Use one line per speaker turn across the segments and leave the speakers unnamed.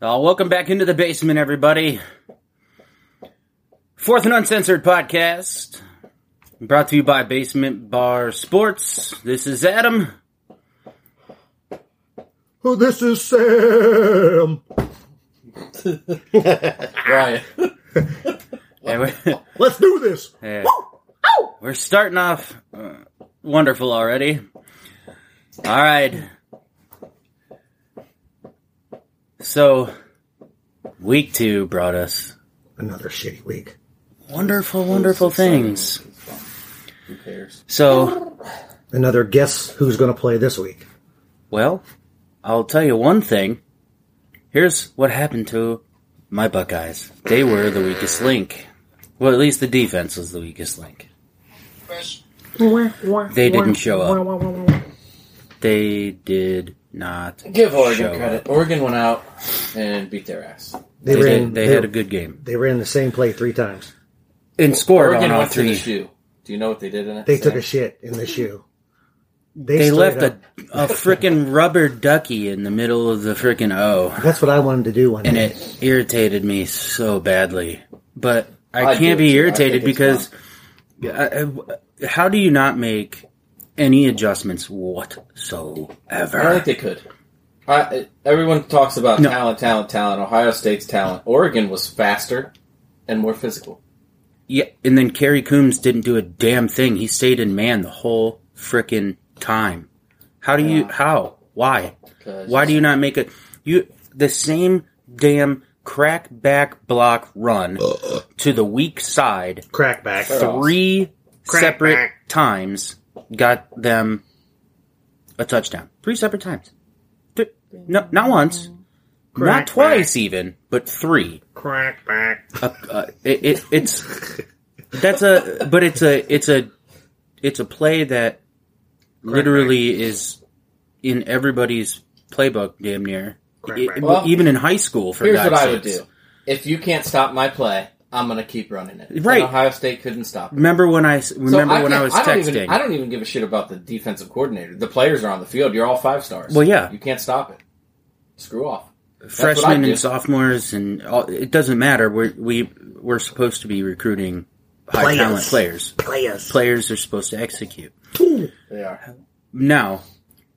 Uh, welcome back into the basement, everybody. Fourth and Uncensored podcast, brought to you by Basement Bar Sports. This is Adam.
Oh, this is Sam.
Ryan.
And we're,
Let's do this.
yeah. We're starting off uh, wonderful already. All right. So, week two brought us
Another shitty week.
wonderful, wonderful things.
Who cares?
So,
Another guess who's going to play this week.
Well, I'll tell you one thing. Here's what happened to my Buckeyes. They were the weakest link. Well, at least the defense was the weakest link. They didn't show up. They did not.
Give Oregon
show
credit.
up.
Oregon went out and beat their ass.
They,
They,
ran.
did, they had a good game
They ran the same play three times.
and scored
Oregon
on all
went to the
three.
shoe. Do you know what they did in it?
They
Sam?
took a shit in the shoe.
They
straight
left a,
up-
a freaking rubber ducky in the middle of the freaking O,
That's what I wanted to do one
and
day.
it irritated me so badly. But I,
I
can't
do it
be
too. I
irritated
think it's
because I, I- how do you not make any adjustments whatsoever?
I don't think they could. I, I- everyone talks about
No.
talent, talent, talent. Ohio State's talent. Oregon was faster and more physical.
Yeah, and then Kerry Coombs didn't do a damn thing. He stayed in man the whole freaking time. How do you? How? Why?
'Cause-
Why do you not make a you the same damn crack back block run
Uh-uh.
to the weak side
Crackback.
Sure.
three
Crack
separate
back.
times? Got them a touchdown. Three separate times. Th- No, not once, not
Crack
twice even, but three
Crackback.
uh, it, it, it's that's a but it's a it's a it's a play that literally is in everybody's playbook damn near
Correct,
E-
correct.
Well,
even in high school for
Here's
God's
what I would
sakes.
do. If you can't stop my play, I'm going to keep running it. And
Right.
Ohio State couldn't stop it.
remember when I s-
So
remember when I
can't-
was
don't
texting
Even, I don't even give a shit about the defensive coordinator. The players are on the field. You're all five stars.
Well, yeah.
You can't stop it. Screw off. what I
freshmen
do.
and sophomores and all, it doesn't matter we're, we we're supposed to be recruiting high
Players.
talent players
Players.
players are supposed to execute
They are.
now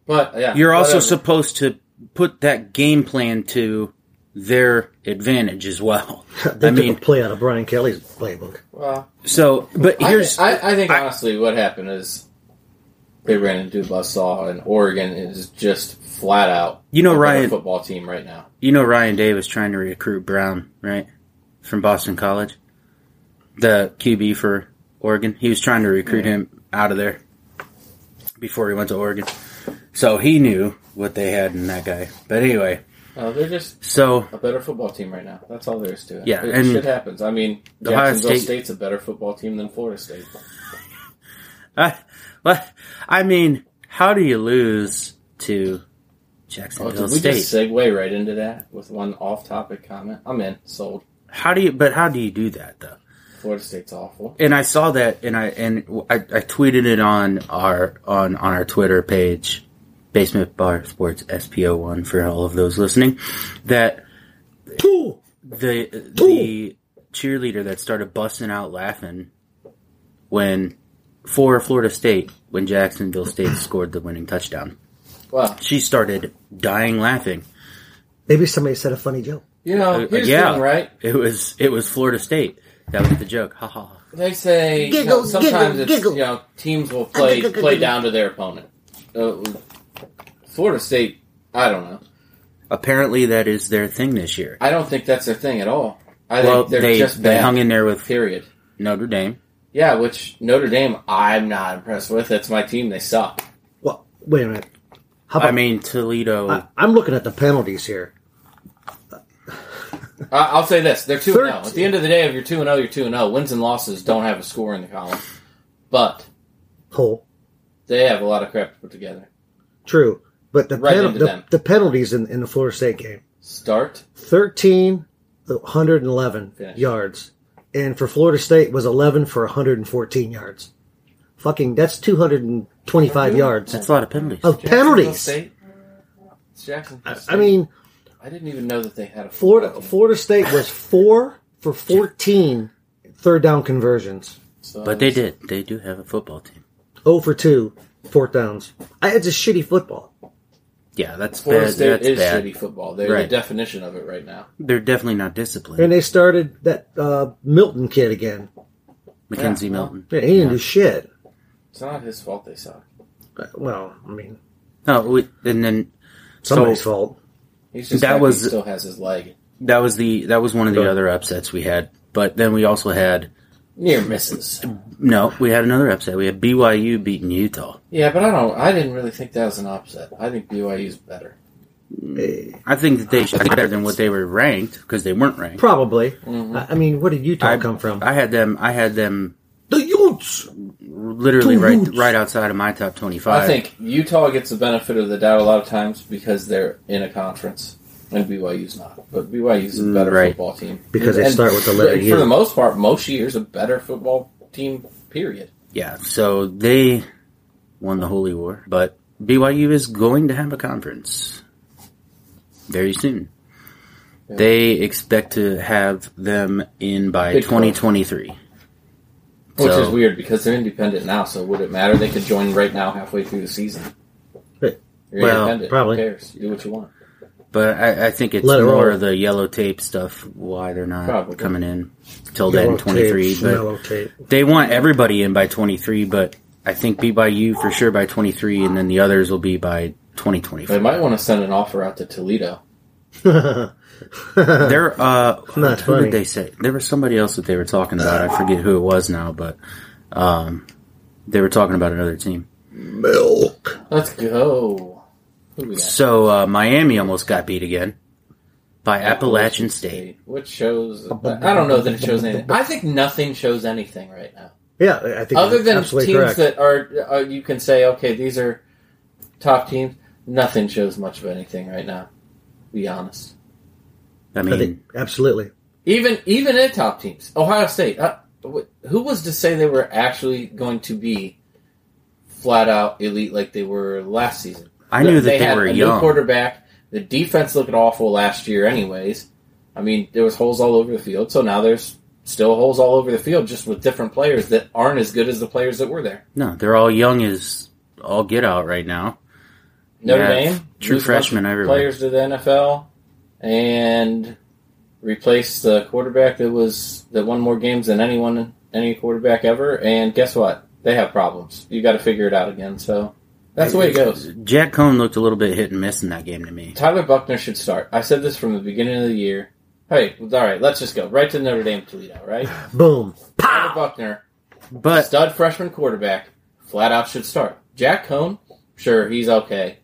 But yeah,
You're also
whatever.
supposed to put that game plan to their advantage as well.
They
I
took
mean,
a play out of Brian Kelly's playbook.
Well,
so but
I,
here's
I, I think honestly, what happened is they ran into a buzzsaw, and Oregon is just flat out.
You know,
a better
Ryan-
football team right now.
you know Ryan Day was trying to recruit Brown right from Boston College, the QB for Oregon. He was trying to recruit him out of there before he went to Oregon, so he knew what they had in that guy. But anyway,
Uh, they're just
so
a better football team right now. That's all there is to it.
Yeah,
It-
and-
shit happens. I mean,
Ohio
Jacksonville
State-
State's a better football team than Florida State.
I, what- I mean, how do you lose to
Oh,
Jacksonville
did we
State?
just segue right into that with one off-topic comment? I'm in. Sold.
How do you? But how do you do that though?
Florida State's awful.
And I saw that, and I and I, I tweeted it on our on on our Twitter page, Basement Bar Sports SPO one for all of those listening, that
Two.
the the cheerleader that started busting out laughing when for Florida State when Jacksonville State scored the winning touchdown,
Well,
she started dying laughing.
Maybe somebody said a funny joke.
you know, here's
Uh, yeah,
the thing, right?
It was it was Florida State. That was the joke. Ha ha. ha.
They say you
Giggle,
know, sometimes
giggle,
it's,
giggle.
you know teams will play
giggle,
play
giggle.
down to their opponent. Uh, Florida State, I don't know.
Apparently, that is their thing this year.
I don't think that's their thing at all. I
well,
think they're
they
just
they
bad,
hung in there with
Period.
Notre Dame.
Yeah, which Notre Dame, I'm not impressed with. That's my team. They suck.
Well, wait a minute. How about,
I mean Toledo.
I, I'm looking at the penalties here.
I, I'll say this: they're two and zero. At the
Thirteen.
end of the day, if you're two and zero, you're two and zero. Wins and losses don't have a score in the column, but
Hole.
they have a lot of crap to put together.
True. But the,
Right
pen-
into them.
the, the penalties in, in the Florida State game
Start
13, 111
Finish.
yards. And for Florida State was 11 for 114 yards. Fucking, that's 225 yards
That's a lot of penalties.
of
Jacksonville
penalties.
State. It's Jacksonville
I-
State.
I mean,
I didn't even know that they had a
Florida
football team.
Florida State was four for 14 third down conversions.
So
But they did. They do have a football team.
0 for 2 fourth downs. I, it's a shitty football.
Yeah, that's
Florida
bad.
State
that's
is
bad.
shitty football. They're
Right.
the definition of it right now.
They're definitely not
And
disciplined.
they started that uh, Milton kid again.
Mackenzie
Yeah.
Milton.
Yeah, he didn't do shit.
It's not his fault they suck.
But, Well, I mean,
No, we, and then
somebody's
So-
fault.
He's just
That
that
was-
he still has his leg.
that was the that was one of the
Go.
other upsets we had. But then we also had
Near misses.
no, we had another upset. We had BYU beating Utah.
Yeah, but I don't. I didn't really think that was an upset. I think BYU's better.
Eh,
I think that they should be better than what they were ranked because they weren't ranked.
Probably. I, I mean, where did Utah come from?
Mm-hmm. I had them. I had them
the Utes!
literally
Two
right
roots.
right outside of my top twenty five.
I think Utah gets the benefit of the doubt a lot of times because they're in a conference and BYU's not. But BYU's a better
Mm, Right.
football team
Because they
And
start with the letter
for-
U.
For the most part, most years a better football team. Period.
Yeah, so they won the Holy War, but BYU is going to have a conference very soon.
Yeah.
They expect to have them in by
Big
2023.
Which
So-
is weird because they're independent now. So would it matter? They could join right now, halfway through the season.
Right.
You're
Well,
independent.
probably.
Who cares? Do what you want.
But I, I think it's
Let it
more
roll.
of the yellow tape stuff why they're not
Probably.
coming in till then 23.
Tape,
But
mellow tape.
they want everybody in by 23, but I think BYU for sure by 23, and then the others will be by 2024.
They might want to send an offer out to Toledo.
They're uh, who
Not funny.
did they say? There was somebody else that they were talking about. I forget who it was now, but um, they were talking about another team.
Milk.
Let's go. Who we got?
So uh, Miami almost got beat again by Appalachian State.
Which shows? I don't know that it shows anything. I think nothing shows anything right now,
Yeah, I think
other
Other
than teams
absolutely correct.
that are, are you can say, okay, these are top teams. Nothing shows much of anything right now. to Be honest.
I
I think
mean,
absolutely.
Even even in top teams, Ohio State. Uh, wh- who was to say they were actually going to be flat out elite like they were last season?
I knew that they,
had
were
a new
young.
quarterback. The defense looked awful last year, anyways. I mean, there was holes all over the field. So now there's still holes all over the field, just with different players that aren't as good as the players that were there.
No, they're all young as all get out right now.
Notre
Yeah,
Dame,
true
lose a bunch
freshmen
of
everywhere.
players to the NFL, and replace the quarterback that was that won more games than anyone, any quarterback ever. And guess what? They have problems. You got to figure it out again. So that's the way it goes.
Jack Cohn looked a little bit hit and miss in that game to me.
Tyler Buckner should start. I said this from the beginning of the year. Hey, all right, let's just go right to Notre Dame Toledo, right?
Boom.
Tyler Buckner,
But
stud freshman quarterback, flat out should start. Jack Cohn, sure, he's okay.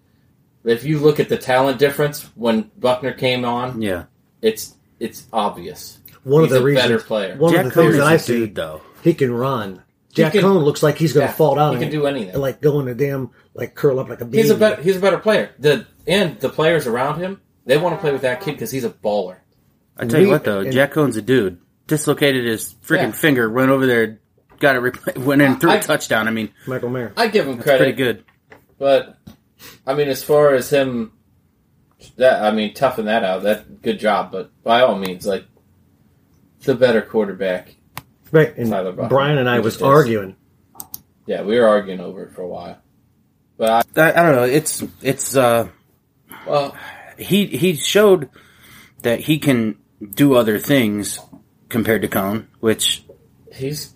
If you look at the talent difference when Buckner came on,
yeah,
it's it's obvious.
One
he's
of the
a better
reasons.
player.
One
Jack
of the
Cohn
things
is
that I
a
see,
dude though.
he can run. Jack
can-
Cohn looks like he's going to
Yeah,
fall down.
he can
and-
do anything.
and, like go in a damn like curl up like a bee.
He's a better he's a better player. The and the players around him, they want to play with that kid because he's a baller.
I tell you
We-
what though,
and-
Jack Cohn's a dude. Dislocated his freaking
Yeah.
finger, went over there, got it, repla went in, threw a
I-
touchdown. I mean,
Michael Mayer.
I give him
it's
credit.
pretty good.
But I mean, as far as him, that I mean, toughing that out. That good job. But by all means, like the better quarterback.
Right, and
Tyler Buckner.
Brian and I
He
was
just is.
arguing.
Yeah, we were arguing over it for a while. But
I, I don't know. It's it's uh
I, well,
he he showed that he can do other things compared to Cone, which
he's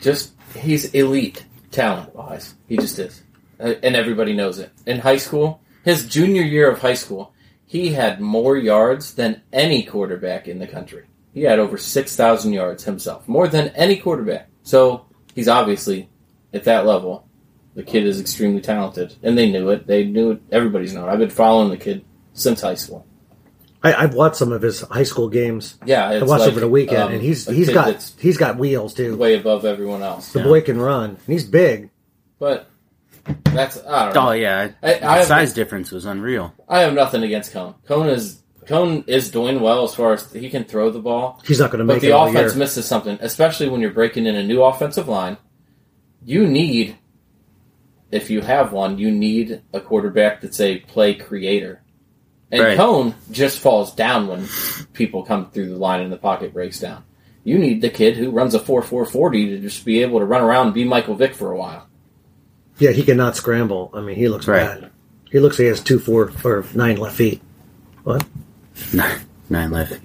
just he's elite talent wise. He just is, Uh, and everybody knows it. In high school, his junior year of high school, he had more yards than any quarterback in the country. He had over six thousand yards himself, more than any quarterback. So he's obviously at that level. The kid is extremely talented, and they knew it. They knew it. Everybody's known. I've been following the kid since high school.
I, I've watched some of his high school games.
Yeah,
I
it's
watched
like,
over the weekend,
um,
and he's
a
he's
kid
got
that's
he's got wheels too.
way above everyone else.
The boy can run, and he's big.
But that's I don't know.
oh yeah,
I- I
the
have-
size difference was unreal.
I have nothing against Cone. Cone is Cone is doing well as far as he can throw the ball,
He's not going to
but
make it
the
all
offense
year.
misses something, especially when you're breaking in a new offensive line. You need, if you have one, you need a quarterback that's a play creator. And
Right.
Cone just falls down when people come through the line and the pocket breaks down. You need the kid who runs a 4 4 40 to just be able to run around and be Michael Vick for a while.
Yeah, he cannot scramble. I mean, he looks
Right.
bad. He looks like he has two, four, or nine left feet. What?
Nine, nine left.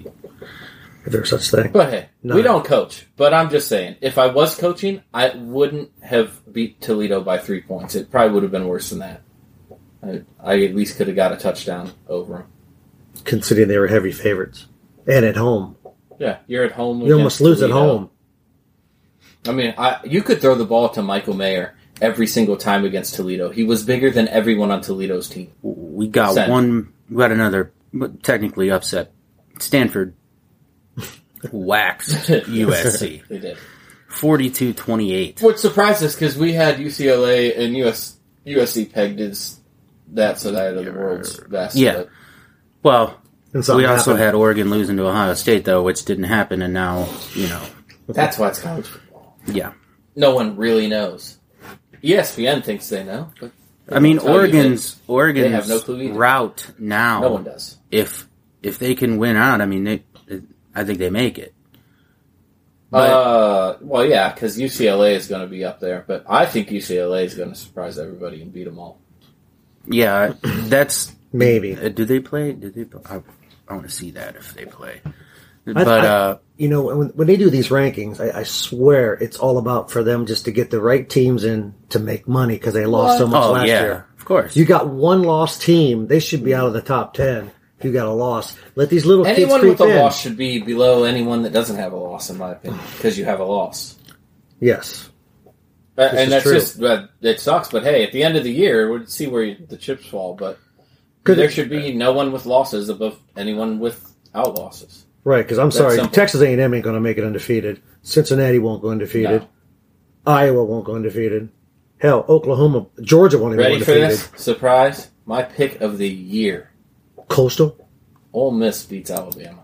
If there's such thing.
But hey,
No.
we don't coach. But I'm just saying, if I was coaching, I wouldn't have beat Toledo by three points. It probably would have been worse than that. I, I at least could have got a touchdown over them.
considering they were heavy favorites and at home,
Yeah, you're at home.
you almost
against
lose at
Toledo.
home.
I mean, I, you could throw the ball to Michael Mayer every single time against Toledo. He was bigger than everyone on Toledo's team.
We got
Seven.
one. We got another. but Technically upset. Stanford waxed USC
They did.
42-28.
Which surprised us because we had UCLA and US, USC pegged as that side of the world's best.
Yeah.
but-
Well,
And something
we also
happened.
had Oregon losing to Ohio State though, which didn't happen, and now you know,
That's why it's college football.
yeah.
No one really knows. E ESPN thinks they know, but
I mean,
tell you
Oregon's Oregon's
have no clue either.
route now.
no one does.
If if they can win out, I mean, they, I think they make it. But-
Uh, well, yeah, because UCLA is going to be up there, but I think UCLA is going to surprise everybody and beat them all.
Yeah, that's.
maybe.
Uh, do they play? Do they? Play? I, I want to see that if they play. But
I-
uh,
You know, when, when they do these rankings, I, I swear it's all about for them just to get the right teams in to make money because they lost so
What?
much
oh
last
yeah,
year.
of course.
You got one lost team; they should be out of the top ten. If you got a loss, let these little kids
Anyone
creep
with a
in.
loss should be below anyone that doesn't have a loss, in my opinion, because you have a loss.
Yes,
Uh,
This is
and that's
true.
just that it sucks. But hey, at the end of the year, we'll see where you, the chips fall. But
Could-
there should be no one with losses above anyone without losses.
right. Because I'm sorry,
simple.
Texas A&M ain't going to make it undefeated. Cincinnati won't go undefeated.
No.
Iowa won't go undefeated. Hell, Oklahoma, Georgia won't even
Ready
go
for
undefeated.
this surprise? My pick of the year:
Coastal.
Ole Miss beats Alabama.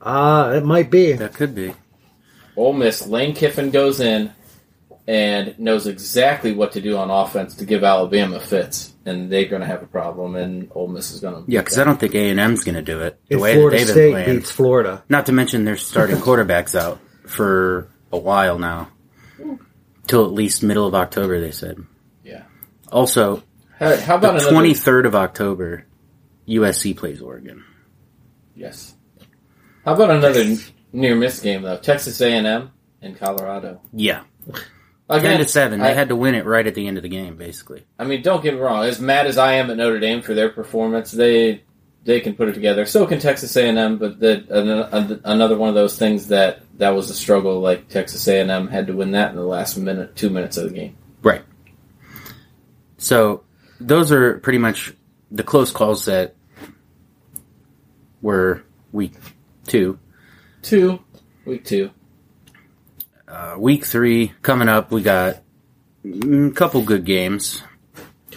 Ah, it might be.
that could be.
Ole Miss, Lane Kiffin goes in and knows exactly what to do on offense to give Alabama fits, and they're going to have a problem, and Ole Miss is going to.
Yeah, because I don't think A and M's going to do it the
If
way
Florida
that they've
State
been playing.
beats Florida,
Not to mention their starting quarterbacks out for a while now, till at least middle of October. They said.
Yeah.
Also,
How, how about
the
another?
twenty third of October, USC plays Oregon.
Yes. How about another near miss game though? Texas A and M and Colorado.
Yeah, ten
Again,
to seven. They
I,
had to win it right at the end of the game, basically.
I mean, don't get me wrong. As mad as I am at Notre Dame for their performance, they they can put it together. So can Texas A and M, but that an- an- another one of those things that that was a struggle. Like Texas A and M had to win that in the last minute, two minutes of the game.
Right. So those are pretty much the close calls that were week two.
Two, week two.
Uh, week three coming up, we got a couple good games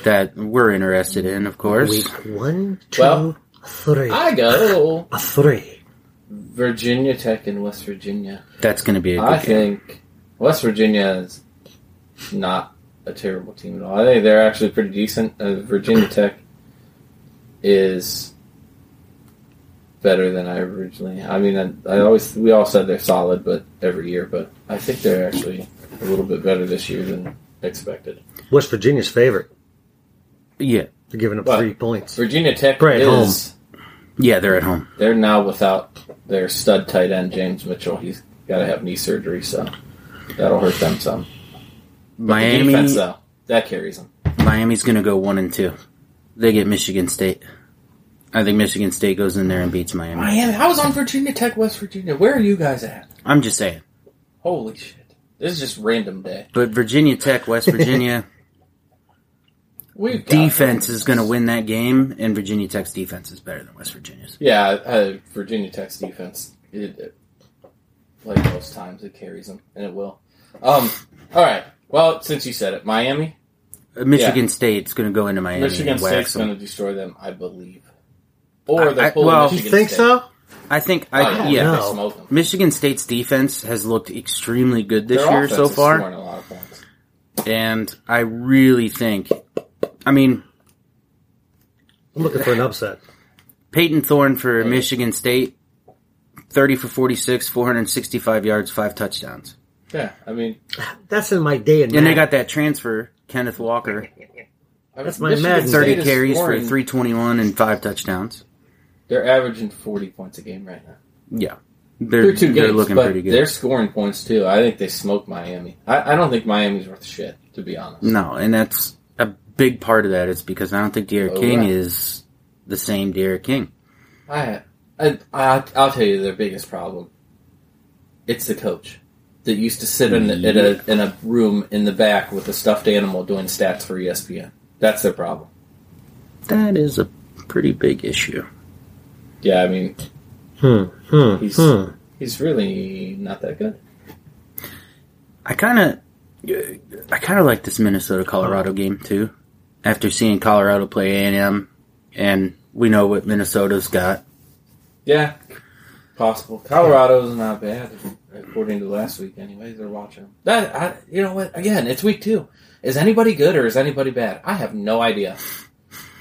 that we're interested in, of course.
week one, two,
Well,
three.
I go
a three.
Virginia Tech and West Virginia.
That's going to be a good
I
game.
think West Virginia is not a terrible team at all. I think they're actually pretty decent. Uh, Virginia Tech is better than I originally. I mean, I, I always we all said they're solid, but every year, but I think they're actually a little bit better this year than expected.
West Virginia's favorite.
Yeah,
They're giving up
Well,
three points.
Virginia Tech
Right,
is
yeah, they're at home.
they're now without their stud tight end James Mitchell. He's got to have knee surgery, so that'll hurt them some. The
Miami,
defense though that carries them.
Miami's going to go one and two. They get Michigan State. I think Michigan State goes in there and beats Miami.
Miami. I was on Virginia Tech, West Virginia. Where are you guys at?
I'm just saying.
Holy shit. This is just random day.
But Virginia Tech, West Virginia.
We've got-
defense is going to win that game, and Virginia Tech's defense is better than West Virginia's.
Yeah, uh, Virginia Tech's defense. It, it, like most times, it carries them, and it will. Um. All right. Well, since you said it, Miami,
Uh, Michigan State's going to go into Miami
Michigan
and wax
State's going
them.
to destroy them, I believe. Or
I-
they're
I-
pulling
well-
Michigan
You think
State.
so?
I think.
Oh,
I,
yeah,
yeah,
they
No.
smoke them.
Michigan State's defense has looked extremely good this
Their
year
offense
so
is
far,
scoring a lot of points.
and I really think. I mean,
I'm looking for an upset.
Peyton Thorne for
Yeah.
Michigan State, 30 for 46, 465 yards, five touchdowns.
Yeah, I mean,
That's in my day and
And they
night.
got that transfer, Kenneth Walker,
I mean,
That's my
Michigan
Madden.
State
30
is
carries for
scoring-
321 and five touchdowns.
They're averaging forty points a game right now.
Yeah. They're,
Through two
they're
games,
looking
but
pretty
they're
good.
scoring points too. I think they smoked Miami. I, I don't think Miami's worth shit, to be honest.
No, and that's a big part of that is because I don't think Derek
Oh,
King
right.
is the same Derek King.
I, I, I I'll tell you their biggest problem. It's the coach that used to sit in, in a in a room in the back with a stuffed animal doing stats for E ESPN. That's their problem.
That is a pretty big issue.
Yeah, I mean
Hmm, hmm,
He's-
hmm.
he's really not that good.
I kind of, I kind of like this Minnesota Colorado game too. After seeing Colorado play A and M, and we know what Minnesota's got.
Yeah, possible. Colorado's not bad, according to last week. Anyways, they're watching. 'em. That I, you know what? Again, it's week two. Is anybody good or is anybody bad? I have no idea.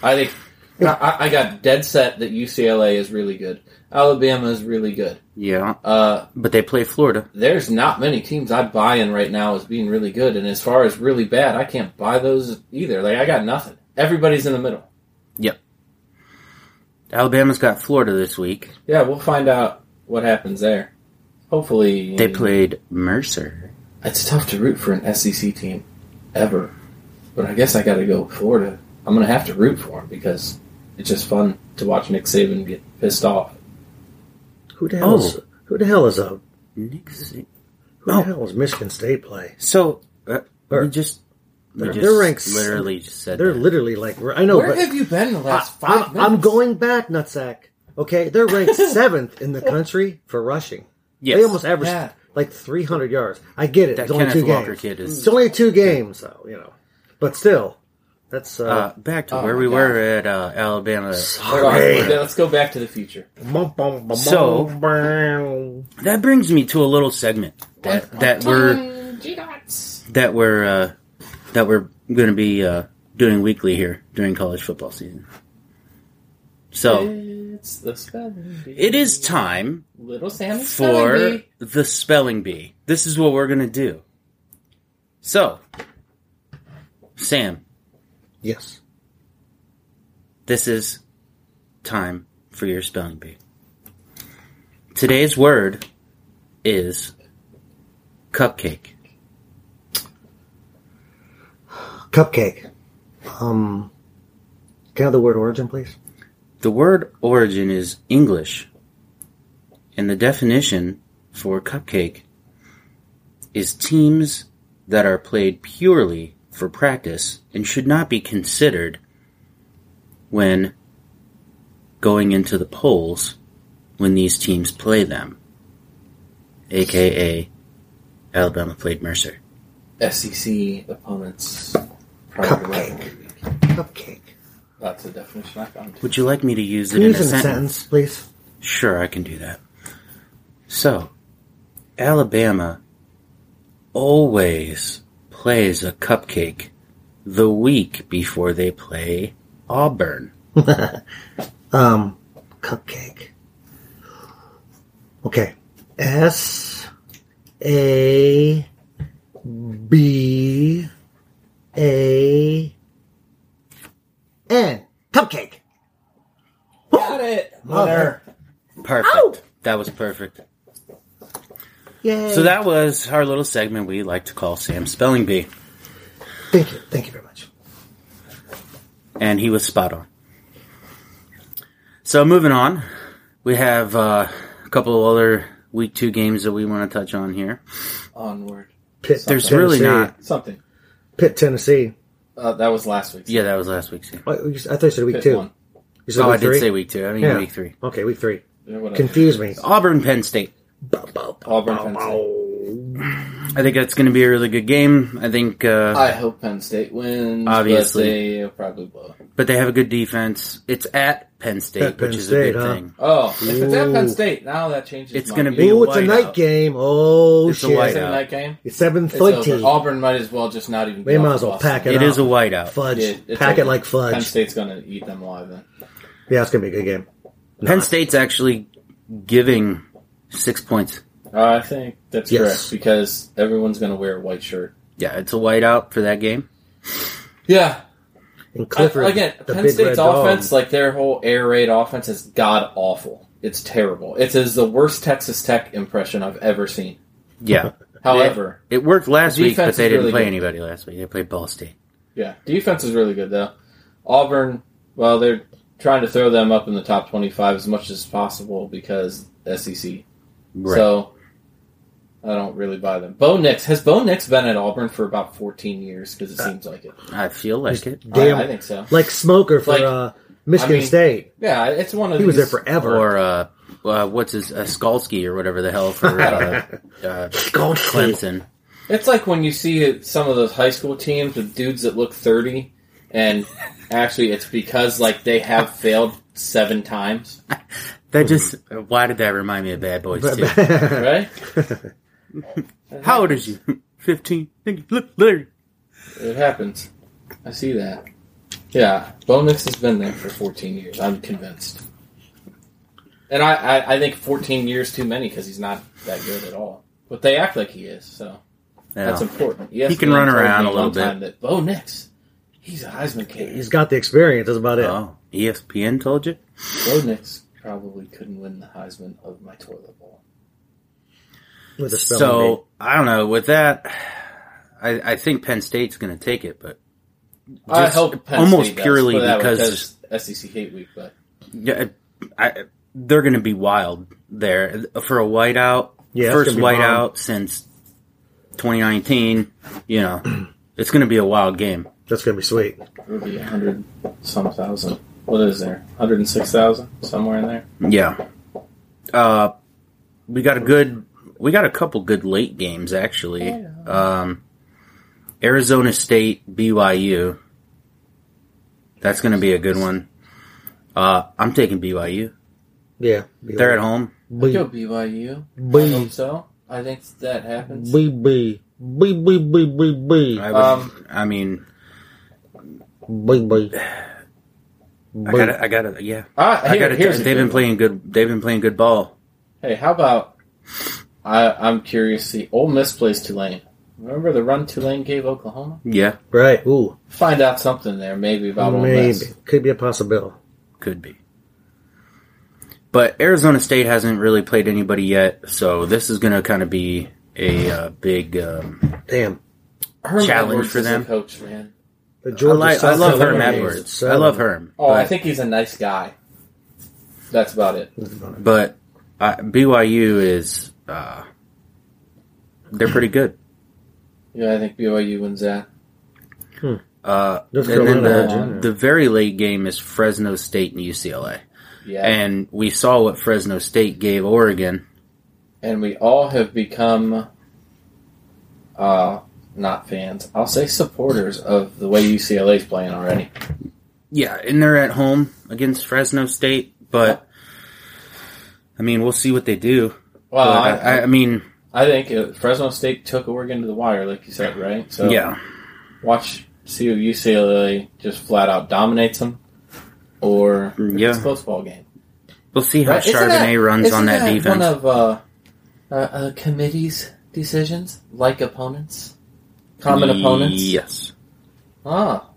I think I- I, I got dead set that UCLA is really good. Alabama is really good.
Yeah,
Uh,
but they play Florida.
there's not many teams I buy in right now as being really good, and as far as really bad, I can't buy those either. Like I got nothing. Everybody's in the middle.
Alabama's got Florida this week.
Yeah, we'll find out what happens there. Hopefully,
They played Mercer.
It's tough to root for an SEC team ever, but I guess I got to go with Florida. I'm gonna have to root for them because it's just fun to watch Nick Saban get pissed off.
Who the hell
Oh.
is who the hell is a
Nick Saban.
who
Oh.
the hell is Michigan State play?
So uh, we
They're-
just we
they're-
just
they're ranked-
literally just said
They're
that.
literally like I know,
Where
but
have you been the
I,
last five
I'm,
minutes?
I'm going back, nutsack. Okay, they're ranked seventh in the country for rushing.
Yes.
They almost averaged
Yeah.
like 300 yards. I get it.
That
it's only
Kenneth
two
Walker
games.
kid is-
It's only two games, though. You know, but still, that's uh,
uh, back to
Oh
where
my
we
God.
were at uh, Alabama.
All right,
sorry.
Let's go back to the future.
Bum, bum, bum,
So-
bum.
That brings me to a little segment that that we're. that we're uh, that we're going to be uh, doing weekly here during college football season. So
It's the spelling bee.
it is time
little Sammy
for the spelling bee. This is what we're going to do. So, Sam,
yes,
this is time for your spelling bee. Today's word is cupcake.
cupcake. Um, can I have the word origin, please?
The word origin is English, and the definition for cupcake is teams that are played purely for practice and should not be considered when going into the polls when these teams play them, aka Alabama played Mercer.
SEC E opponents. prior to rivalry week.
Cupcake.
That's the definition I found.
Would you like me to use it
Can you
in
use it in a sentence, please?
Sure, I can do that. So, Alabama always plays a cupcake the week before they play Auburn.
Um, cupcake. Okay. S A B A N. Cupcake.
Got it, mother.
Perfect. That was perfect.
Yay.
So that was our little segment we like to call Sam Spelling Bee,
Thank you. Thank you very much.
and he was spot on. So moving on, we have uh, a couple of other week two games that we want to touch on here.
Onward.
Pitt,
There's
Tennessee.
really not.
Something.
Pitt, Tennessee.
Uh, that was last week's.
Yeah, that was last week's game.
Oh, you s- I thought you said week
Pick
two.
one.
You said
Oh,
week
I did
three?
say week two. I mean
Yeah.
week three.
Okay, week three.
Yeah, whatever.
Confuse me.
Auburn, Penn State.
Bow, bow, bow,
Auburn,
bow,
Penn
bow.
I think that's going to be a really good game. I think, uh,
I hope Penn State wins.
Obviously.
but they'll probably blow. it.
but they have a good defense. It's at Penn State,
At Penn
which is a
State,
good
huh?
thing.
Oh, if it's at Penn
Ooh.
State, now that changes.
It's
my
gonna
view.
be
Ooh, it's a
whiteout.
night game. Oh,
It's a
shit.
Is it
whiteout.
a night game?
It's
It's over.
7.13.
Auburn might as well just not even.
They
be
might
off
as
the
well
bus.
pack it
It
up.
is a whiteout.
Fudge.
Yeah, it's
pack it
over.
like
Penn
fudge.
State's gonna eat them alive then.
Yeah, it's going to be a good game.
Penn State's actually giving six points.
Uh, I think that's
Yes.
correct because everyone's going to wear a white shirt.
Yeah, it's a whiteout for that game.
Yeah.
And Clifford,
I- again,
the
Penn
big
State's
red dog.
offense, like their whole air raid offense, is god awful. It's terrible. It is the worst Texas Tech impression I've ever seen.
Yeah,
However,
it worked last week, but
Defense
they
is
didn't
really
play
good.
anybody last week. They played Ball State.
yeah, defense is really good though. Auburn, well, they're trying to throw them up in the top twenty-five as much as possible because SEC. So I don't really buy them. Bo Nix has Bo Nix been at Auburn for about fourteen years because it seems like it.
I feel like it.
Damn,
I, I think so.
like Smoker for
Like,
uh, Michigan
I mean,
State.
Yeah, it's one of
He was
these-
there forever.
Or uh, uh, what's his uh, Skalski or whatever the hell for uh, uh, Clemson.
It's like when you see some of those high school teams with dudes that look 30, and actually it's because, like, they have failed seven times,
That just why did that remind me of Bad Boys too?
right?
How old is you? Fifteen. Think you Look, Larry.
It happens. I see that. Yeah, Bo Nix has been there for 14 years, I'm convinced. And I, I, I think 14 years too many because he's not that good at all. But they act like he is, so that's
No.
important. Yes,
He can
Leon
run
told
around
me
a little
one time That Bo Nix, he's a Heisman candidate.
He's got the experience. That's about it.
Uh,
Oh, ESPN told you.
Bo Nix probably couldn't win the Heisman of my toilet bowl.
With a spelling bee.
So I don't know. With that, I, I think Penn State's going to take it, but
I
Just
hope Penn
almost
State does,
purely
but that was
because-
SEC hate E week, but
yeah, I, they're going to be wild there for a whiteout.
Yeah, it's
first
gonna be
whiteout since 2019. You know, it's going to be a wild game.
that's gonna be sweet.
it would be a hundred some thousand. What is there? Hundred and six thousand somewhere in there.
Yeah. Uh, we got a good. We got a couple good late games actually. Um, Arizona State BYU. That's going to be a good one. Uh, I'm taking BYU.
Yeah,
They're at home.
Let's
Bee,
Go BYU. I
Boo.
hope so. I think that happens.
bee, bee, bee, bee, bee, bee, bee,
I, would,
Um,
I mean,
bee, bee.
I gotta, I gotta, yeah.
Ah,
I
here-
gotta.
here's a
they've
good
been
one.
playing good. They've been playing good ball.
Hey, how about? I, I'm curious. to See, Ole Miss plays Tulane. Remember the run Tulane gave Oklahoma?
Yeah,
Right. Ooh,
Find out something there, maybe about Ole
maybe
Miss.
could be a possibility.
could be. But Arizona State hasn't really played anybody yet, so this is gonna kind of be a uh, big. Um,
Damn.
Herm
Challenge
Edwards
for
is a
them.
Coach, man.
The
I,
Georgia
like, I
South
love Herm
Carolina game is
Edwards.
at
I love
seven.
Herm.
Oh,
but,
I think he's a nice guy. That's about it.
But uh, BYU is. Uh, they're pretty good.
Yeah, I think BYU wins that.
Uh, and
North
then
Carolina,
the,
Virginia.
the very late game is Fresno State and UCLA,
Yeah. And,
and we saw what Fresno State gave Oregon.
we all have become uh not fans. I'll say supporters of the way UCLA's playing already.
Yeah, and they're at home against Fresno State, but I mean, we'll see what they do.
Well,
But
I,
I, I mean,
I think uh, Fresno State took Oregon to the wire, like you said, right? So
yeah,
watch see if UCLA just flat out dominates them, or if
Yeah.
it's a close ball game.
we'll see how
Right, isn't
Charbonnet
that-
runs on
isn't
that, defense.
One of uh, uh, uh, committee's decisions, like opponents, common opponents.
Yes.
Ah,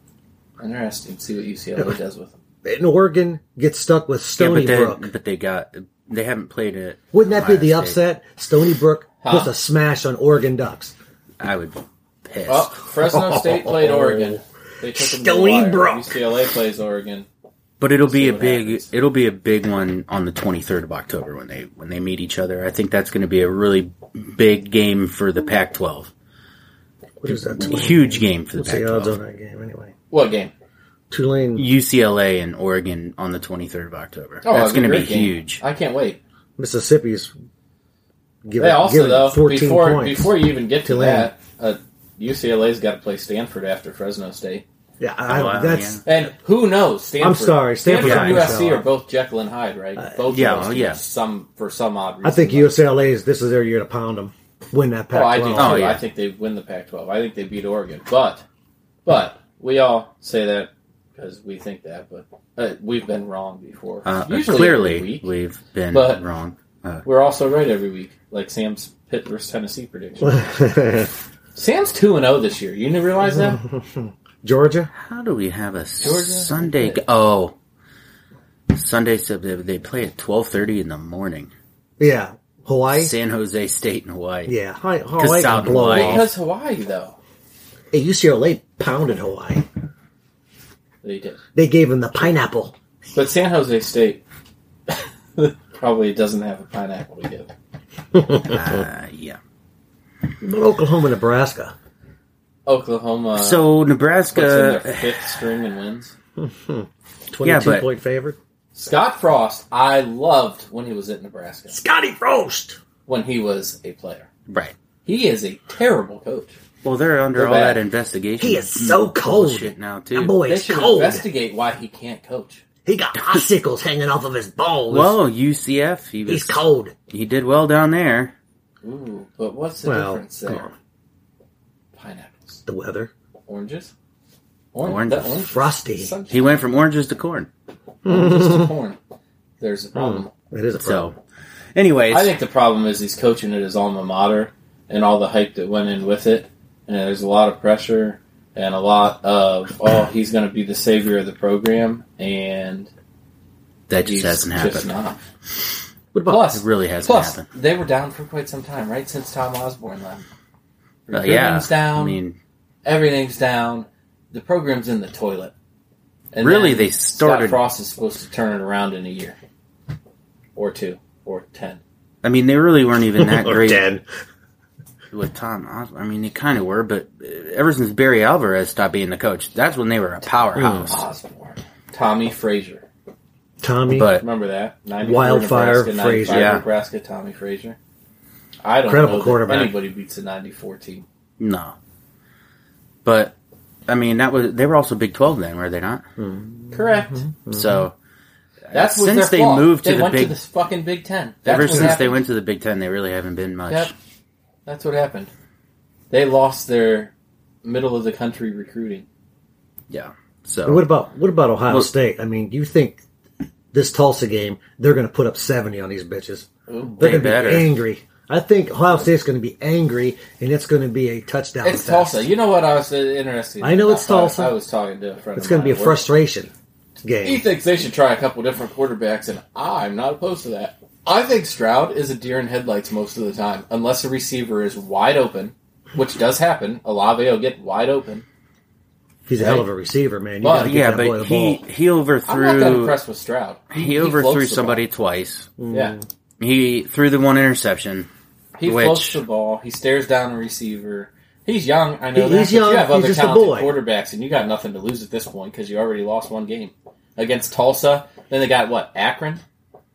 interesting. See what UCLA does with them.
And Oregon gets stuck with
Yeah,
Stony
but they,
Brook.
but they got they haven't played it.
Wouldn't that be
Ohio
the
State.
upset? Stony Brook
Huh.
puts a smash on Oregon Ducks.
I would be pissed.
Well, Oh, Fresno State
Oh.
played Oregon. They took them to the
Stony
wire.
Brook.
UCLA plays Oregon.
but it'll
see
be a
what
big
happens.
it'll be a big one on the 23rd of October when they when they meet each other. I think that's going to be a really big game for the Pac-12.
What is that? Tulane?
Huge game for the
What's the odds on
Pac-12.
that game anyway?
What game?
Tulane
UCLA and Oregon on the 23rd of October.
Oh,
that's
going to
be huge.
I can't wait.
Mississippi's give
They
it, give
also
it
though
14
before
points.
before you even get to
Tulane.
that, uh, UCLA's got to play Stanford after Fresno State.
yeah, I,
Oh, wow,
that's
And who knows? Stanford.
I'm sorry, Stanford
Yeah,
and
I
USC
know.
are both Jekyll and Hyde, right? both.
yeah,
Of
oh,
those
yeah.
teams, Some for some odd reason.
Uh, I think
Like,
UCLA is this is their year to pound them, win that
Oh, I
Pac-12.
do too.
Oh, yeah.
I think they win the Pac-12. I think they beat Oregon, but but we all say that because we think that, but uh, we've been wrong before.
Uh,
Usually every
clearly,
week.
we've been
But-
wrong.
We're also right every week, like Sam's Pitt versus Tennessee prediction. Sam's two and zero this year. You didn't realize
Mm-hmm.
that?
Georgia?
How do we have a
Georgia?
Sunday? g- Oh, Sunday. So they, they play at twelve thirty in the morning.
Yeah. Hawaii?
San Jose State in Hawaii.
Yeah. Hi- Hawaii can
South
blow
Hawaii.
off.
Because Hawaii, though
Hey, UCLA pounded Hawaii.
they did,
They gave them the pineapple.
but San Jose State probably doesn't have a pineapple to give.
Uh, yeah.
But Oklahoma, Nebraska.
Oklahoma
So
uh,
puts in their
Nebraska.
fifth string and wins.
22
Yeah, but-
point favorite.
Scott Frost, I loved when he was at Nebraska
Scotty Frost!
when he was a player.
Right.
He is a terrible coach.
Well, they're under
They're
all
bad.
that investigation. Mm-hmm.
He is so cold.
Bullshit now
That
too.
boy
They
is
should
Oh, cold.
investigate why he can't coach.
He got icicles hanging off of his balls.
Whoa, UCF. He was.
He's cold.
He did well down there.
Ooh, but what's the
Well,
difference
come
there?
on.
Pineapples,
The weather.
oranges, Orange,
Oranges.
The orange
Frosty.
sunshine,
He went from oranges to corn.
oranges to corn. There's a problem.
It is a problem.
So, anyways,
I think the problem is he's coaching at his alma mater and all the hype that went in with it. And there's a lot of pressure and a lot of oh, he's going to be the savior of the program, and
that just
he's
hasn't
Just
happened.
not.
What about
Plus,
It really hasn't
Plus,
happened.
they were down for quite some time, right? Since Tom Osborne left.
Uh, yeah.
Recruiting's down.
I mean,
everything's down. The program's in the toilet. And
Really,
then
they started-
Scott Frost is supposed to turn it around in a year, or two, or ten.
I mean, they really weren't even that
Or
great
10?
with Tom. Os- I mean, they kind of were, but uh, ever since Barry Alvarez stopped being the coach, that's when they were a powerhouse.
Osborne, Tommy Frazier,
Tommy.
But
remember that? 94
Wildfire
Nebraska, 95
Frazier.
Yeah.
Nebraska, Tommy Frazier. I don't
Incredible
know that
quarterback.
anybody beats a '94 team.
no, but I mean, that was they were also Big Twelve then, were they not?
Correct.
So
That's was
Mm-hmm. Since
their
they
flaw.
moved to
they
the
went
Big-
to this fucking Big Ten. That's
ever
what
since they
happened.
went to the Big Ten, they really haven't been much.
Yep. That's what happened. They lost their middle of the country recruiting.
Yeah.
And What
So
about what about Ohio
Well-
State? I mean, do you think this Tulsa game they're going to put up seventy on these bitches?
Ooh.
They're
They
going to
better.
be angry. I think Ohio State's going to be angry, and it's going to be a touchdown.
It's
fest.
Tulsa. You know what I was uh, interested. in?
I know it's
I thought-
Tulsa.
I was talking to a friend.
It's
of
going to be a
mine at work.
frustration
He
game.
thinks they should try a couple different quarterbacks, and I'm not opposed to that. I think Stroud is a deer in headlights most of the time, unless a receiver is wide open, which does happen. Olave will get wide open.
He's a hell of a receiver, man. You
Well,
got to get
yeah,
that boy
but
the
he
ball.
he
I'm not that
overthrew
impressed with Stroud.
he
floats
overthrew
the
somebody twice.
Ball. Yeah,
He threw the one interception.
he
Which-
floats the ball. He stares down a receiver. He's young. I know
He-
that.
he's
but
young,
You have
he's
other
just a
talented
boy.
quarterbacks, and you got nothing to lose at this point because you already lost one game against Tulsa. Then they got what Akron.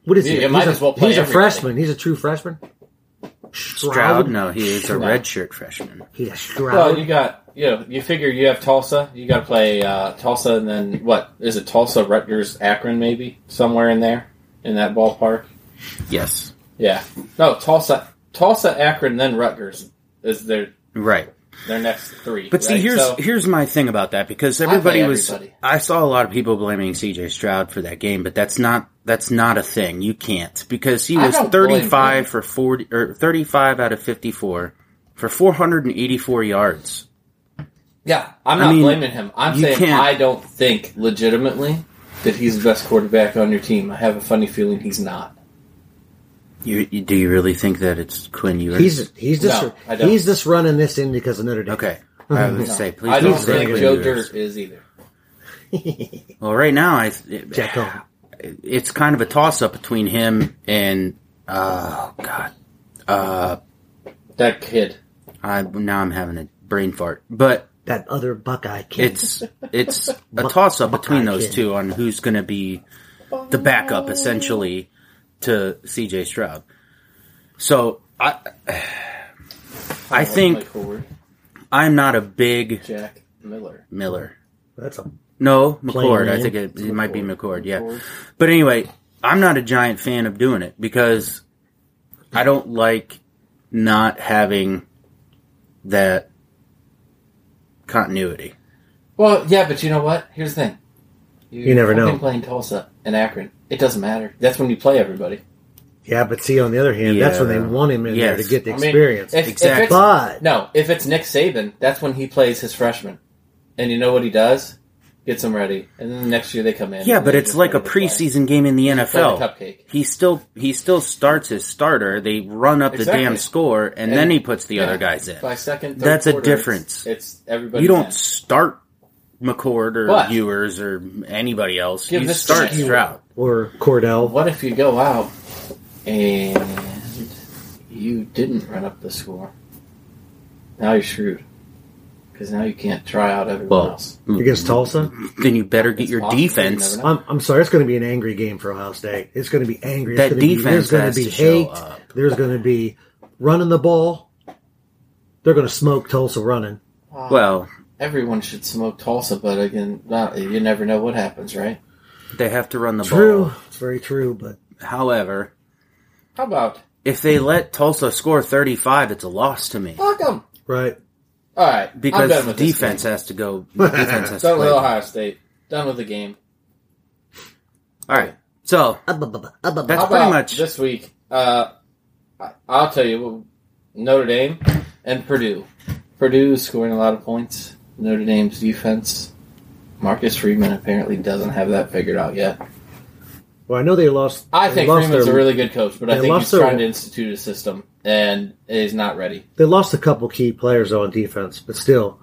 What is he?
Yeah,
He's,
might
a,
as well play
he's a
everybody.
freshman. He's a true freshman.
Stroud? No, he is a
No.
redshirt freshman.
He's a Stroud.
Well, you got you know you figure you have Tulsa, you got to play uh, Tulsa, and then what is it? Tulsa, Rutgers, Akron, maybe somewhere in there in that ballpark.
Yes.
Yeah, no Tulsa, Tulsa, Akron, then Rutgers is their
Right.
their next three.
But see,
right?
here's
So,
here's my thing about that because
play
everybody was.
everybody.
I saw a lot of people blaming C.J. Stroud for that game, but that's not that's not a thing. You can't because he
I
was
don't blame
35
him.
for 40 or 35 out of 54 for 484 yards.
yeah, I'm not
I mean,
blaming him. I'm
you
saying
can't-
I don't think legitimately that he's the best quarterback on your team. I have a funny feeling he's not.
You, you do you really think that it's Quinn Ewers?
he's he's just
No, I don't.
he's just running this in because of Notre Dame.
okay. I would say please
I don't
don't
say
say
think
Quinn
Joe
Ewers.
Dirt is either.
Well, right now I
Jack Cohen.
it's kind of a toss up between him and oh god, uh,
That kid.
I now I'm having a brain fart, but.
That other Buckeye kid.
it's it's a toss up between those
kid.
two on who's going to be the backup essentially to CJ Stroud. So I I
Like
think
forward,
I'm not a big
Jack Miller.
Miller.
That's a
No, McCord. I
name.
think it, it might be McCord. Yeah,
Forward.
but anyway, I'm not a giant fan of doing it because I don't like not having that continuity.
Well, yeah, but you know what? Here's the thing.
You never know.
fucking Playing Tulsa and Akron, it doesn't matter. That's when you play everybody.
Yeah, but see, on the other hand, that's when they
Yeah.
want him in there
Yes.
to get the
I mean,
experience.
if- if
Exactly.
it's-
but
No, if it's Nick Saban, that's when he plays his freshman, and you know what he does? Gets them ready, and then the next year they come in.
Yeah,
and
but
they
it's
just
like a
ready to play.
preseason game in the
Play the
NFL.
cupcake.
He still he still starts his starter. They run up the
Exactly.
damn score, and,
And-
then he puts the
Yeah,
other guys in.
By second, third
That's a
quarter, it's-
difference.
It's, everybody.
You don't start McCord or
But-
Ewers or anybody else.
Give
You
this
start
to-
Stroud.
or Cordell,
What if you go out and you didn't run up the score? Now you're screwed because now you can't try out everyone
Well,
else.
against Tulsa.
Then you better get
It's
your
possible, you
defense.
never know.
I'm, I'm sorry, it's going to be an angry game for Ohio State. It's going to be angry. It's
That
gonna be-
defense
there's going
has
to be
to show
hate.
up.
There's going to be running the ball. They're going to smoke Tulsa running.
Wow.
Well,
everyone should smoke Tulsa, but again, not, you never know what happens, right?
they have to run the
True,
ball.
it's very true, but
However,
How about
if they let Tulsa score 35, it's a loss to me.
fuck them?
right.
All right, I'm done
Because
with
defense
This
has to go. Defense has
game.
to
Done
play.
with
All
Ohio State. Done with the game.
right. So,
Ah, bah, bah, bah, ah, bah, bah.
That's
How
pretty
about
much-
this week. Uh, I- I'll tell you, well, Notre Dame and Purdue. Purdue is scoring a lot of points. Notre Dame's defense. Marcus Freeman apparently doesn't have that figured out yet.
Well, I know they lost.
I
they
think
lost
Freeman's
their-
a really good coach, but I
they
think he's
lost their-
trying to institute a system and is not ready.
They lost a couple key players on defense, but still,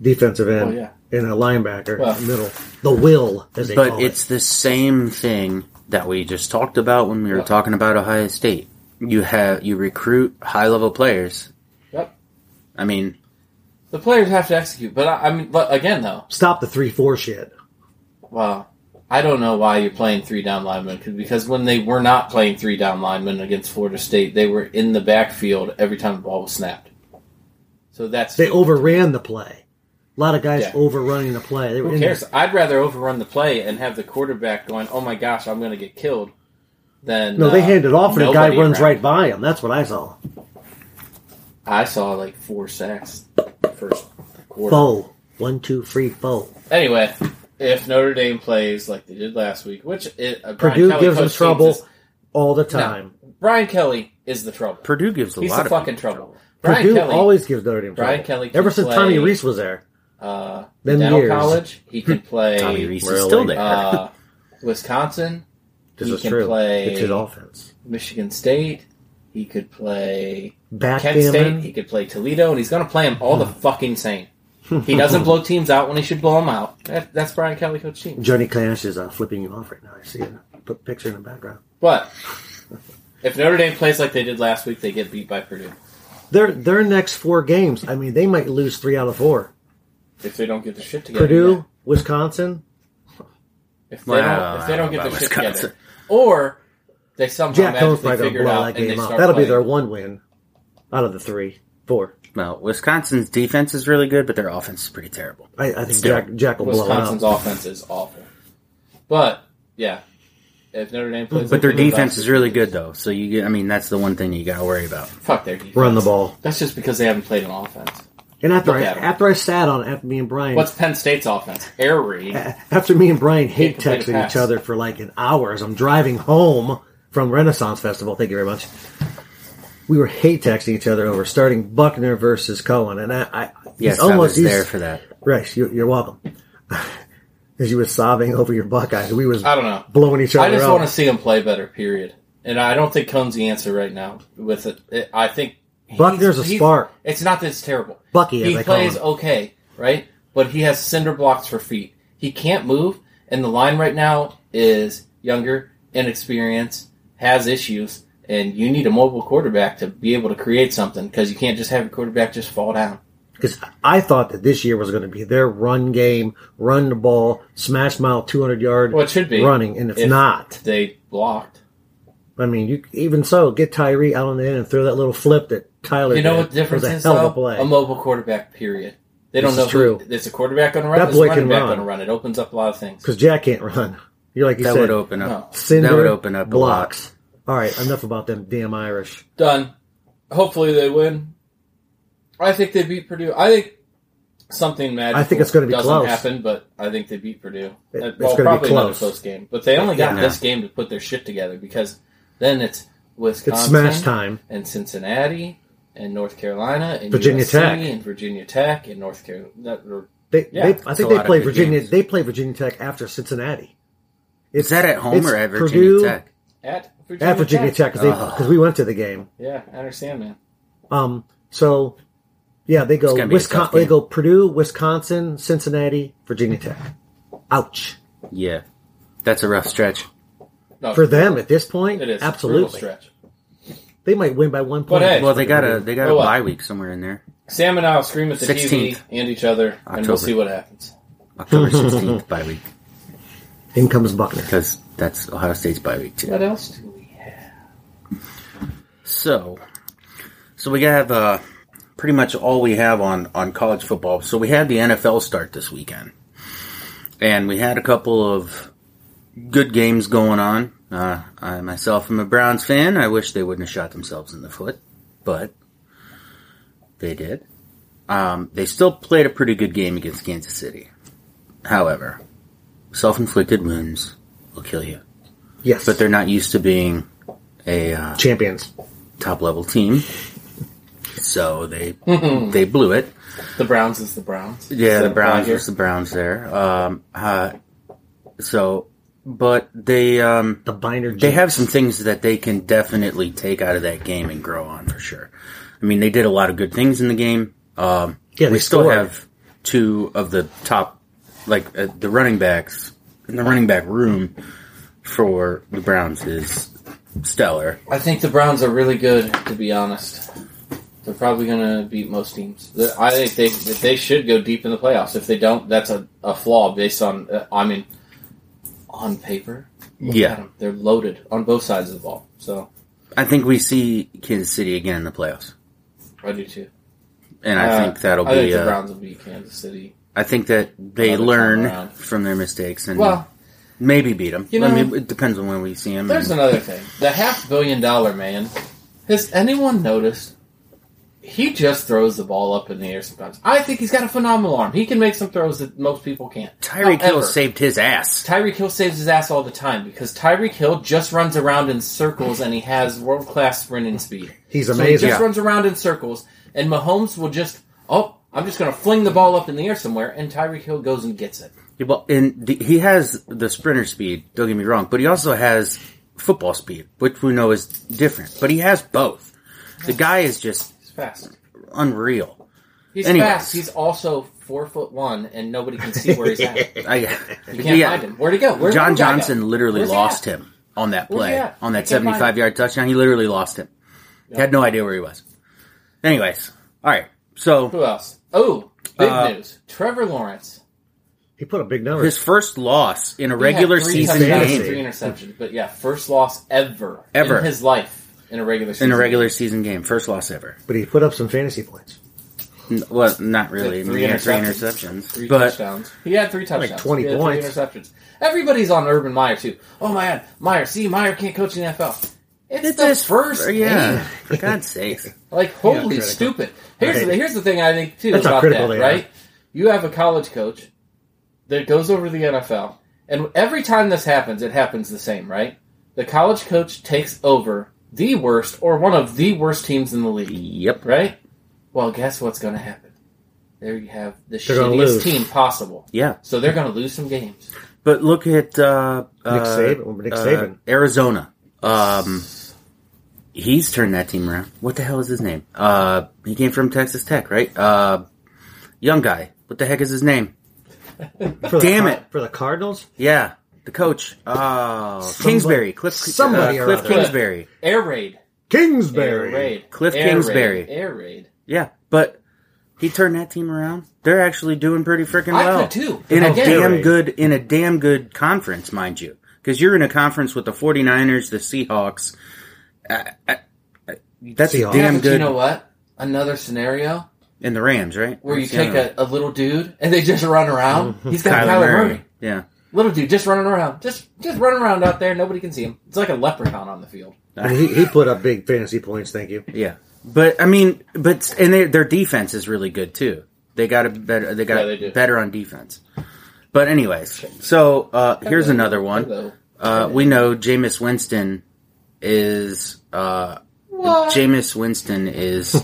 defensive end
Oh, yeah.
and a linebacker
Well.
in the middle. The will, as they
but
call
it's the same thing that we just talked about when we were
Yep.
talking about Ohio State. You have you recruit high level players.
Yep.
I mean,
The players have to execute, but I, I mean, but again though,
it. Stop the three four shit.
Well, I don't know why you're playing three down linemen 'cause- because when they were not playing three down linemen against Florida State, they were in the backfield every time the ball was snapped. So that's
They overran the play. A lot of guys
Yeah.
overrunning the play. They were
who
in
cares. I'd rather overrun the play and have the quarterback going, "Oh my gosh, I'm going to get killed," than
No, they
uh,
hand it off and a guy
nobody
runs
around.
right by him. That's what I saw.
I saw like four sacks first quarter.
Foe. One, two, three, foe.
Anyway, if Notre Dame plays like they did last week, which it, uh, Brian
Purdue
Kelly
gives them
coached teams
trouble
is-
all the time.
Brian Kelly is the trouble.
Purdue gives a
He's
lot
the
of
fucking trouble. Brian
Purdue
Kelly,
always gives Notre Dame trouble.
Brian Kelly can
Ever since
play-
Tommy Reese was there.
uh,
Them
Dental
years.
College. He can
Tommy
play
Reese is
really,
still there.
uh, Wisconsin.
This
he
is
can
true.
play-
It's his offense.
Michigan State. He could play Kent State. He
Backgammon.
could play Toledo, and he's going to play them all the fucking same. He doesn't blow teams out when he should blow them out. That, that's Brian Kelly coach team.
Johnny Clash is uh, flipping you off right now. I see it. Put a picture in the background.
But if Notre Dame plays like they did last week, they get beat by Purdue
Their their next four games, I mean, they might lose three out of four.
if they don't get their shit together.
Purdue,
yeah.
Wisconsin.
if they
Wow,
don't, if they don't get
I
their
don't know
shit
about
together,
Wisconsin.
or they somehow
Jack Cohn's
magically
probably going to
figure it
blow
out
that
and they
game up.
start
That'll
playing.
be their one win out of the three, four.
Well, Wisconsin's defense is really good, but their offense is pretty terrible.
I, I think
Still,
Jack, Jack will blow it up.
Wisconsin's offense is awful. But yeah, if Notre Dame plays,
But their
like they did
defense
last
is
week,
really good, though. So you, get, I mean, that's the one thing you got to worry about.
Fuck their defense.
Run the ball.
That's just because they haven't played an offense.
And after
Look
I,
at 'em.
after I sat on it, after me and Brian
What's Penn State's offense? Air raid.
after me and Brian hate
Can't complete a
texting
pass.
each other for like an hour as I'm driving home from Renaissance Festival. Thank you very much. We were hate texting each other over starting Buckner versus Cohen, and I, I
Yes,
he's
I was
he's-
there for that.
Rex, you, you're welcome. Because you was sobbing over your Buckeyes, we was
I don't know.
blowing each other
I just
up.
want to see them play better. Period. And I don't think Cone's the answer right now. With it, it I think he's-
Buckner's a
he's-
spark.
It's not that it's terrible.
Bucky, as
he
I call
plays
him.
okay, right? But he has cinder blocks for feet. He can't move, and the line right now is younger, inexperienced, has issues, and you need a mobile quarterback to be able to create something because you can't just have your quarterback just fall down.
Because I thought that this year was going to be their run game, run the ball, smash mouth, 200 yard
Well, it should be
running, and it's
If
not.
They blocked.
I mean, you even so, get Tyree out on the end and throw that little flip that Tyler.
You know
did.
what the difference
It was a
is
hell of
though?
a play.
A mobile quarterback. Period. They
This
don't know.
is
who-
true.
It's a quarterback going to run.
That
It's a
boy
running
can
back
run.
going to run. It opens up a lot of things.
because Jack can't run. You're like you
That
said,
would open up.
No.
Cinder
that would open up a
blocks. All right, enough about them damn Irish.
Done. Hopefully they win. I think they beat Purdue. I think something magical.
I think it's gonna be
doesn't
close.
happen, but I think they beat Purdue.
It-
Uh,
it's gonna
well,
be
probably another
close.
close game, but they only got
Yeah.
this game to put their shit together because then it's Wisconsin
It's smash time.
and Cincinnati and North Carolina and
Virginia
USC
Tech.
and Virginia Tech and North Carolina. That, or,
They,
Yeah,
they,
it's
I
a
think they
lot of
play
good
Virginia.
games.
They play Virginia Tech after Cincinnati. It's,
Is that at home
it's
or at Virginia
Purdue
Tech?
at Virginia,
At Virginia Tech
Ugh.
because we went to the game.
Yeah, I understand, man.
Um, so yeah, they go
It's gonna be a tough
Wisconsin. They
game.
go Purdue, Wisconsin, Cincinnati, Virginia Tech. Ouch
Yeah, that's a rough stretch.
No,
for them at this point.
it is absolutely
absolutely.
stretch.
They might win by one
But
point.
hey.
Well, they got a they got a
Oh, what?
bye week somewhere in there,
Sam and I will scream at the
16th.
TV and each other, and we'll
October.
see what happens.
October sixteenth bye week,
in comes Buckner.
because that's Ohio State's bye week too.
What else do we have?
So, so we have uh, pretty much all we have on on college football. So we had the NFL start this weekend, and we had a couple of good games going on. Uh, I myself am a Browns fan. I wish they wouldn't have shot themselves in the foot, but they did. Um, they still played a pretty good game against Kansas City. However, self-inflicted wounds will kill you.
Yes,
But they're not used to being a uh,
champions.
top level team. So they they blew it.
The Browns is the Browns.
Yeah,
Is
the
that
Browns
Roger?
was the Browns there. Um, uh, so, but they um,
The binder.
they
Giants.
have some things that they can definitely take out of that game and grow on for sure. I mean, they did a lot of good things in the game. Um,
Yeah,
we
they
still
scored.
have two of the top, like uh, the running backs in the running back room for the Browns is stellar.
I think the Browns are really good, to be honest. They're probably going to beat most teams. The- I think they that they should go deep in the playoffs. If they don't, that's a, a flaw based on, uh, I mean, on paper. Look
Yeah.
at 'em. They're loaded on both sides of the ball. So,
I think we see Kansas City again in the playoffs.
I do too.
and I
Uh,
think that'll
I think
be.
the
uh,
Browns will beat Kansas City.
I think that they
Another time
learn
around.
from their mistakes and
Well,
maybe beat them.
you
I
know-
mean, it depends on when we see them.
There's another thing. The half billion dollar man. Has anyone noticed? He just throws the ball up in the air sometimes. I think he's got a phenomenal arm. He can make some throws that most people can't.
Tyreek Hill
However,
saved his ass.
Tyreek Hill saves his ass all the time because Tyreek Hill just runs around in circles and he has world class sprinting speed.
He's
So he
amazing.
just
Yeah.
runs around in circles, and Mahomes will just oh, I'm just going to fling the ball up in the air somewhere, and Tyreek Hill goes and gets it.
Yeah, Well, and the, he has the sprinter speed. Don't get me wrong, but he also has football speed, which we know is different. But he has both. The guy is just
He's fast.
unreal.
He's
Anyways.
fast. He's also four foot one, and nobody can see where he's at.
I,
You can't
yeah,
find him. Where'd he go? Where'd
John
that guy go?
Johnson literally
Where's he
lost
at?
him on that
Where's he
play,
at?
on
I
that
can't find him.
75 yard touchdown. He literally lost him. He had no idea where he was. Anyways, all right. So
Who else? Oh, big
Uh,
news. Trevor Lawrence.
he put up big numbers.
his first loss in a
He had
regular
three
season
touchdowns,
game
Three interceptions. But yeah, first loss ever.
Ever.
In his life. In a regular season.
in a regular season game, first loss ever.
But he put up some fantasy points.
N- Well, not really.
Like
I mean,
three
he had three
interceptions.
interceptions,
Three
but
touchdowns. He had three touchdowns.
20
He had
points.
Three interceptions. Everybody's on Urban Meyer, too. Oh, my God. Meyer. See, Meyer can't coach in the NFL. It's,
it's
the
his
first
first. Yeah,
game.
for God's sakes.
Like holy
critical.
stupid. Here's
Right.
the here's the thing I think too
That's how
about
critical
that,
they are.
right? You have a college coach that goes over to the NFL, and every time this happens, it happens the same, right? The college coach takes over the worst or one of the worst teams in the league,
Yep.
right? Well, guess what's going to happen? There you have the
They're gonna
shittiest
lose.
team possible.
Yeah,
So they're going to lose some games.
but look at uh, uh,
Nick Saban. Nick
uh,
Saban.
Arizona. Um, he's turned that team around. What the hell is his name? Uh, he came from Texas Tech, right? Uh, young guy. What the heck is his name?
For the
Damn
Car-
it.
for the Cardinals.
Yeah, the coach. Oh, Kingsbury. Cliff.
somebody
uh,
or
Cliff
other.
Kingsbury.
Air raid,
Kingsbury.
air raid,
Cliff
air raid,
Kingsbury.
air raid.
Yeah, but he turned that team around. They're actually doing pretty freaking
I
well.
could too.
In a
Okay.
damn
Right.
good in a damn good conference, mind you. Cuz you're in a conference with the 49ers, the Seahawks. I, I, I, that's
Seahawks.
damn
yeah, but
good
you know what? Another scenario.
in the Rams, right?
where you
That's the
take
other one.
a, a little dude and they just run around. He's got
Mm-hmm. Kyler,
Kyler
Murray.
Murray.
Yeah.
Little dude just running around. Just just running around out there. Nobody can see him. It's like a leprechaun on the field.
And he, he put up big fantasy points. Thank you.
Yeah. But I mean, but and they, their defense is really good too. They got a better. They got
Yeah, they do.
better on defense. But anyways, so uh, here's another one.
Hello.
Uh, we know Jameis Winston is uh, Jameis Winston is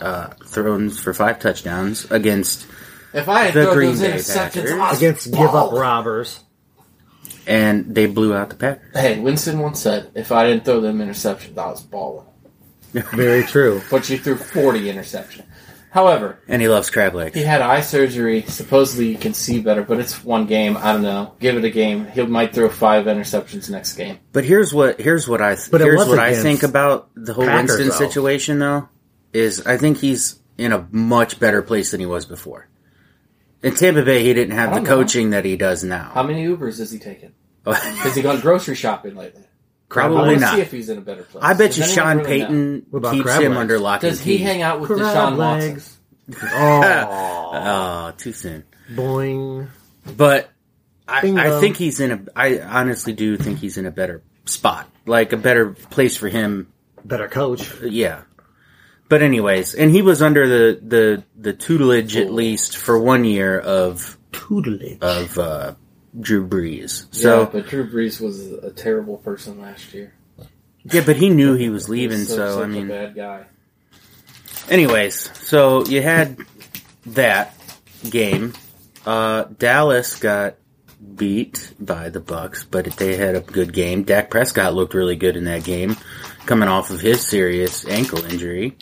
uh, thrown for five touchdowns against
If I had
The
thrown
Green
those
Bay
interceptions,
Packers.
I was
against give up
balled.
robbers.
and they blew out the Packers.
Hey, Winston once said, "If I didn't throw them interceptions, I was balling."
Very true.
But you threw forty interceptions. However,
And he loves crab legs.
he had eye surgery. Supposedly, you can see better, but it's one game. I don't know. Give it a game. He might throw five interceptions next game.
But here's what here's what I
But it
here's
was
what I
against
think about the whole
Packers,
Winston
though.
situation though is I think he's in a much better place than he was before. In Tampa Bay, he didn't have
I
the
don't know.
coaching that he does
How
now.
many Ubers has he taken? Has he gone grocery shopping lately? I
Probably
wanna See
not.
if he's in a better place.
I bet
Does
you
anyone
Sean
really know?
Payton
What about
keeps
crab
him
legs?
under lock
Does
and
he
key.
hang out with
Crab
Deshaun Watson?
legs. Oh,
Oh, too soon.
boing.
But I,
Bingo.
I think he's in a. I honestly do think he's in a better spot, like a better place for him
Better coach.
Yeah. But anyways, and he was under the the the tutelage at least for one year of
Tutelage.
of uh, Drew Brees.
So,
So
yeah, but Drew Brees was a terrible person last year.
yeah, but he knew he was leaving.
He's such-
so
such
I
a
mean,
bad guy.
anyways, so you had that game. Uh, Dallas got beat by the Bucks, but they had a good game. Dak Prescott looked really good in that game, coming off of his serious ankle injury.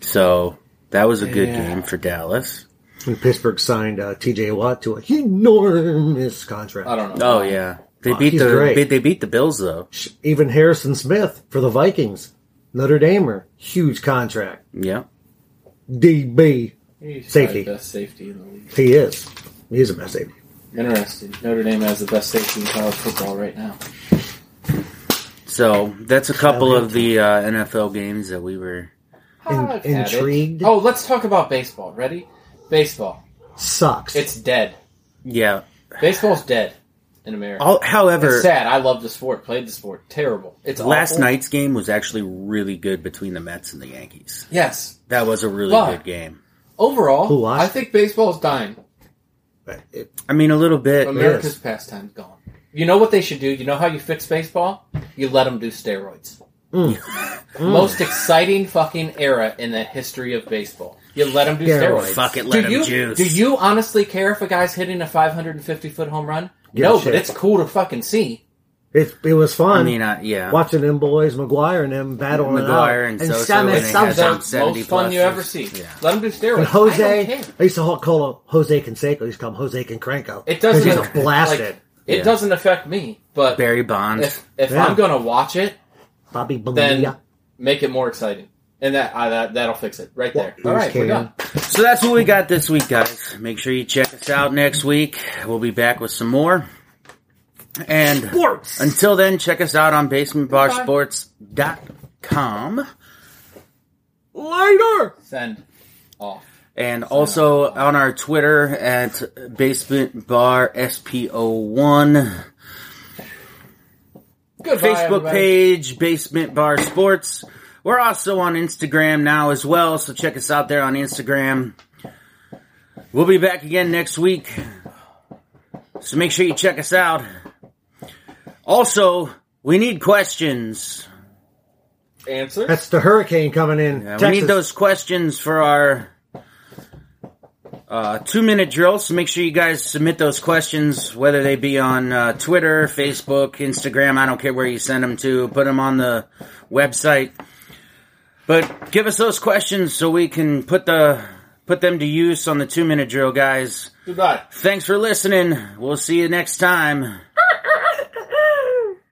So that was a good
Yeah.
game for Dallas.
when Pittsburgh signed uh, T.J. Watt to an enormous contract.
I don't know.
Oh yeah, they
Wow,
beat
he's
the
great.
beat- they beat the Bills though.
Sh- Even Harrison Smith for the Vikings, Notre Damer, huge contract.
Yeah,
DB,
He's
Safety.
probably the best safety in the league.
he is. He is a best safety.
Interesting. Notre Dame has the best safety in college football right now.
so that's a couple of the uh, NFL games that we were.
In-
I've had it.
intrigued?
Oh, let's talk about baseball. Ready? Baseball.
Sucks.
It's dead.
Yeah.
Baseball's dead in America.
All, however,
It's sad. I love the sport. Played the sport. Terrible. It's
last
awful.
night's game was actually really good between the Mets and the Yankees.
Yes.
That was a really
Why?
good game.
Who
Overall,
lost?
I think baseball's dying.
It-
I mean, a little bit.
America's pastime's gone. You know what they should do? You know how you fix baseball? You let them do steroids.
Mm.
Most exciting fucking era in the history of baseball. You let them do
Steroids.
steroids.
Fuck it, let
do
them
you
juice.
do you honestly care if a guy's hitting a 550 foot home run?
Give a
no,
shit.
but it's cool to fucking see.
It, it was fun.
I mean, I, yeah.
watching them boys, McGuire and them battle it
McGuire
out.
and Sosa
Sammy
when they had
Sosa.
some
That's the
70
most fun you
pluses.
ever see.
Yeah.
Let them do steroids.
And
I don't
Jose,
care.
I used to ha- call him Jose Canseco. I used to call him Jose Canseco.
It doesn't.
He's blasted.
like, it
Yeah.
doesn't affect me. But
Barry Bonds.
if if
Yeah.
I'm gonna watch it,
Bobby
then
Bonilla.
make it more exciting. And that, I, that that'll fix it right there.
Well,
All right, we're
here's
done.
So that's what we got this week, guys. Make sure you check us out next week. We'll be back with some more. And until then, check us out on basementbarsports.com.
Later.
Send off.
And also on our Twitter at basementbarspo1.
Goodbye,
Facebook
everybody.
page, Basement Bar Sports. We're also on Instagram now as well, so check us out there on Instagram. We'll be back again next week, so make sure you check us out. Also, we need questions.
Answer.
That's the hurricane coming in.
Uh,
Texas.
We need those questions for our uh, two minute drill, so make sure you guys submit those questions, whether they be on uh, Twitter, Facebook, Instagram, I don't care where you send them to, put them on the website. But give us those questions so we can put the put them to use on the two minute drill, guys.
Goodbye.
Thanks for listening. We'll see you next time.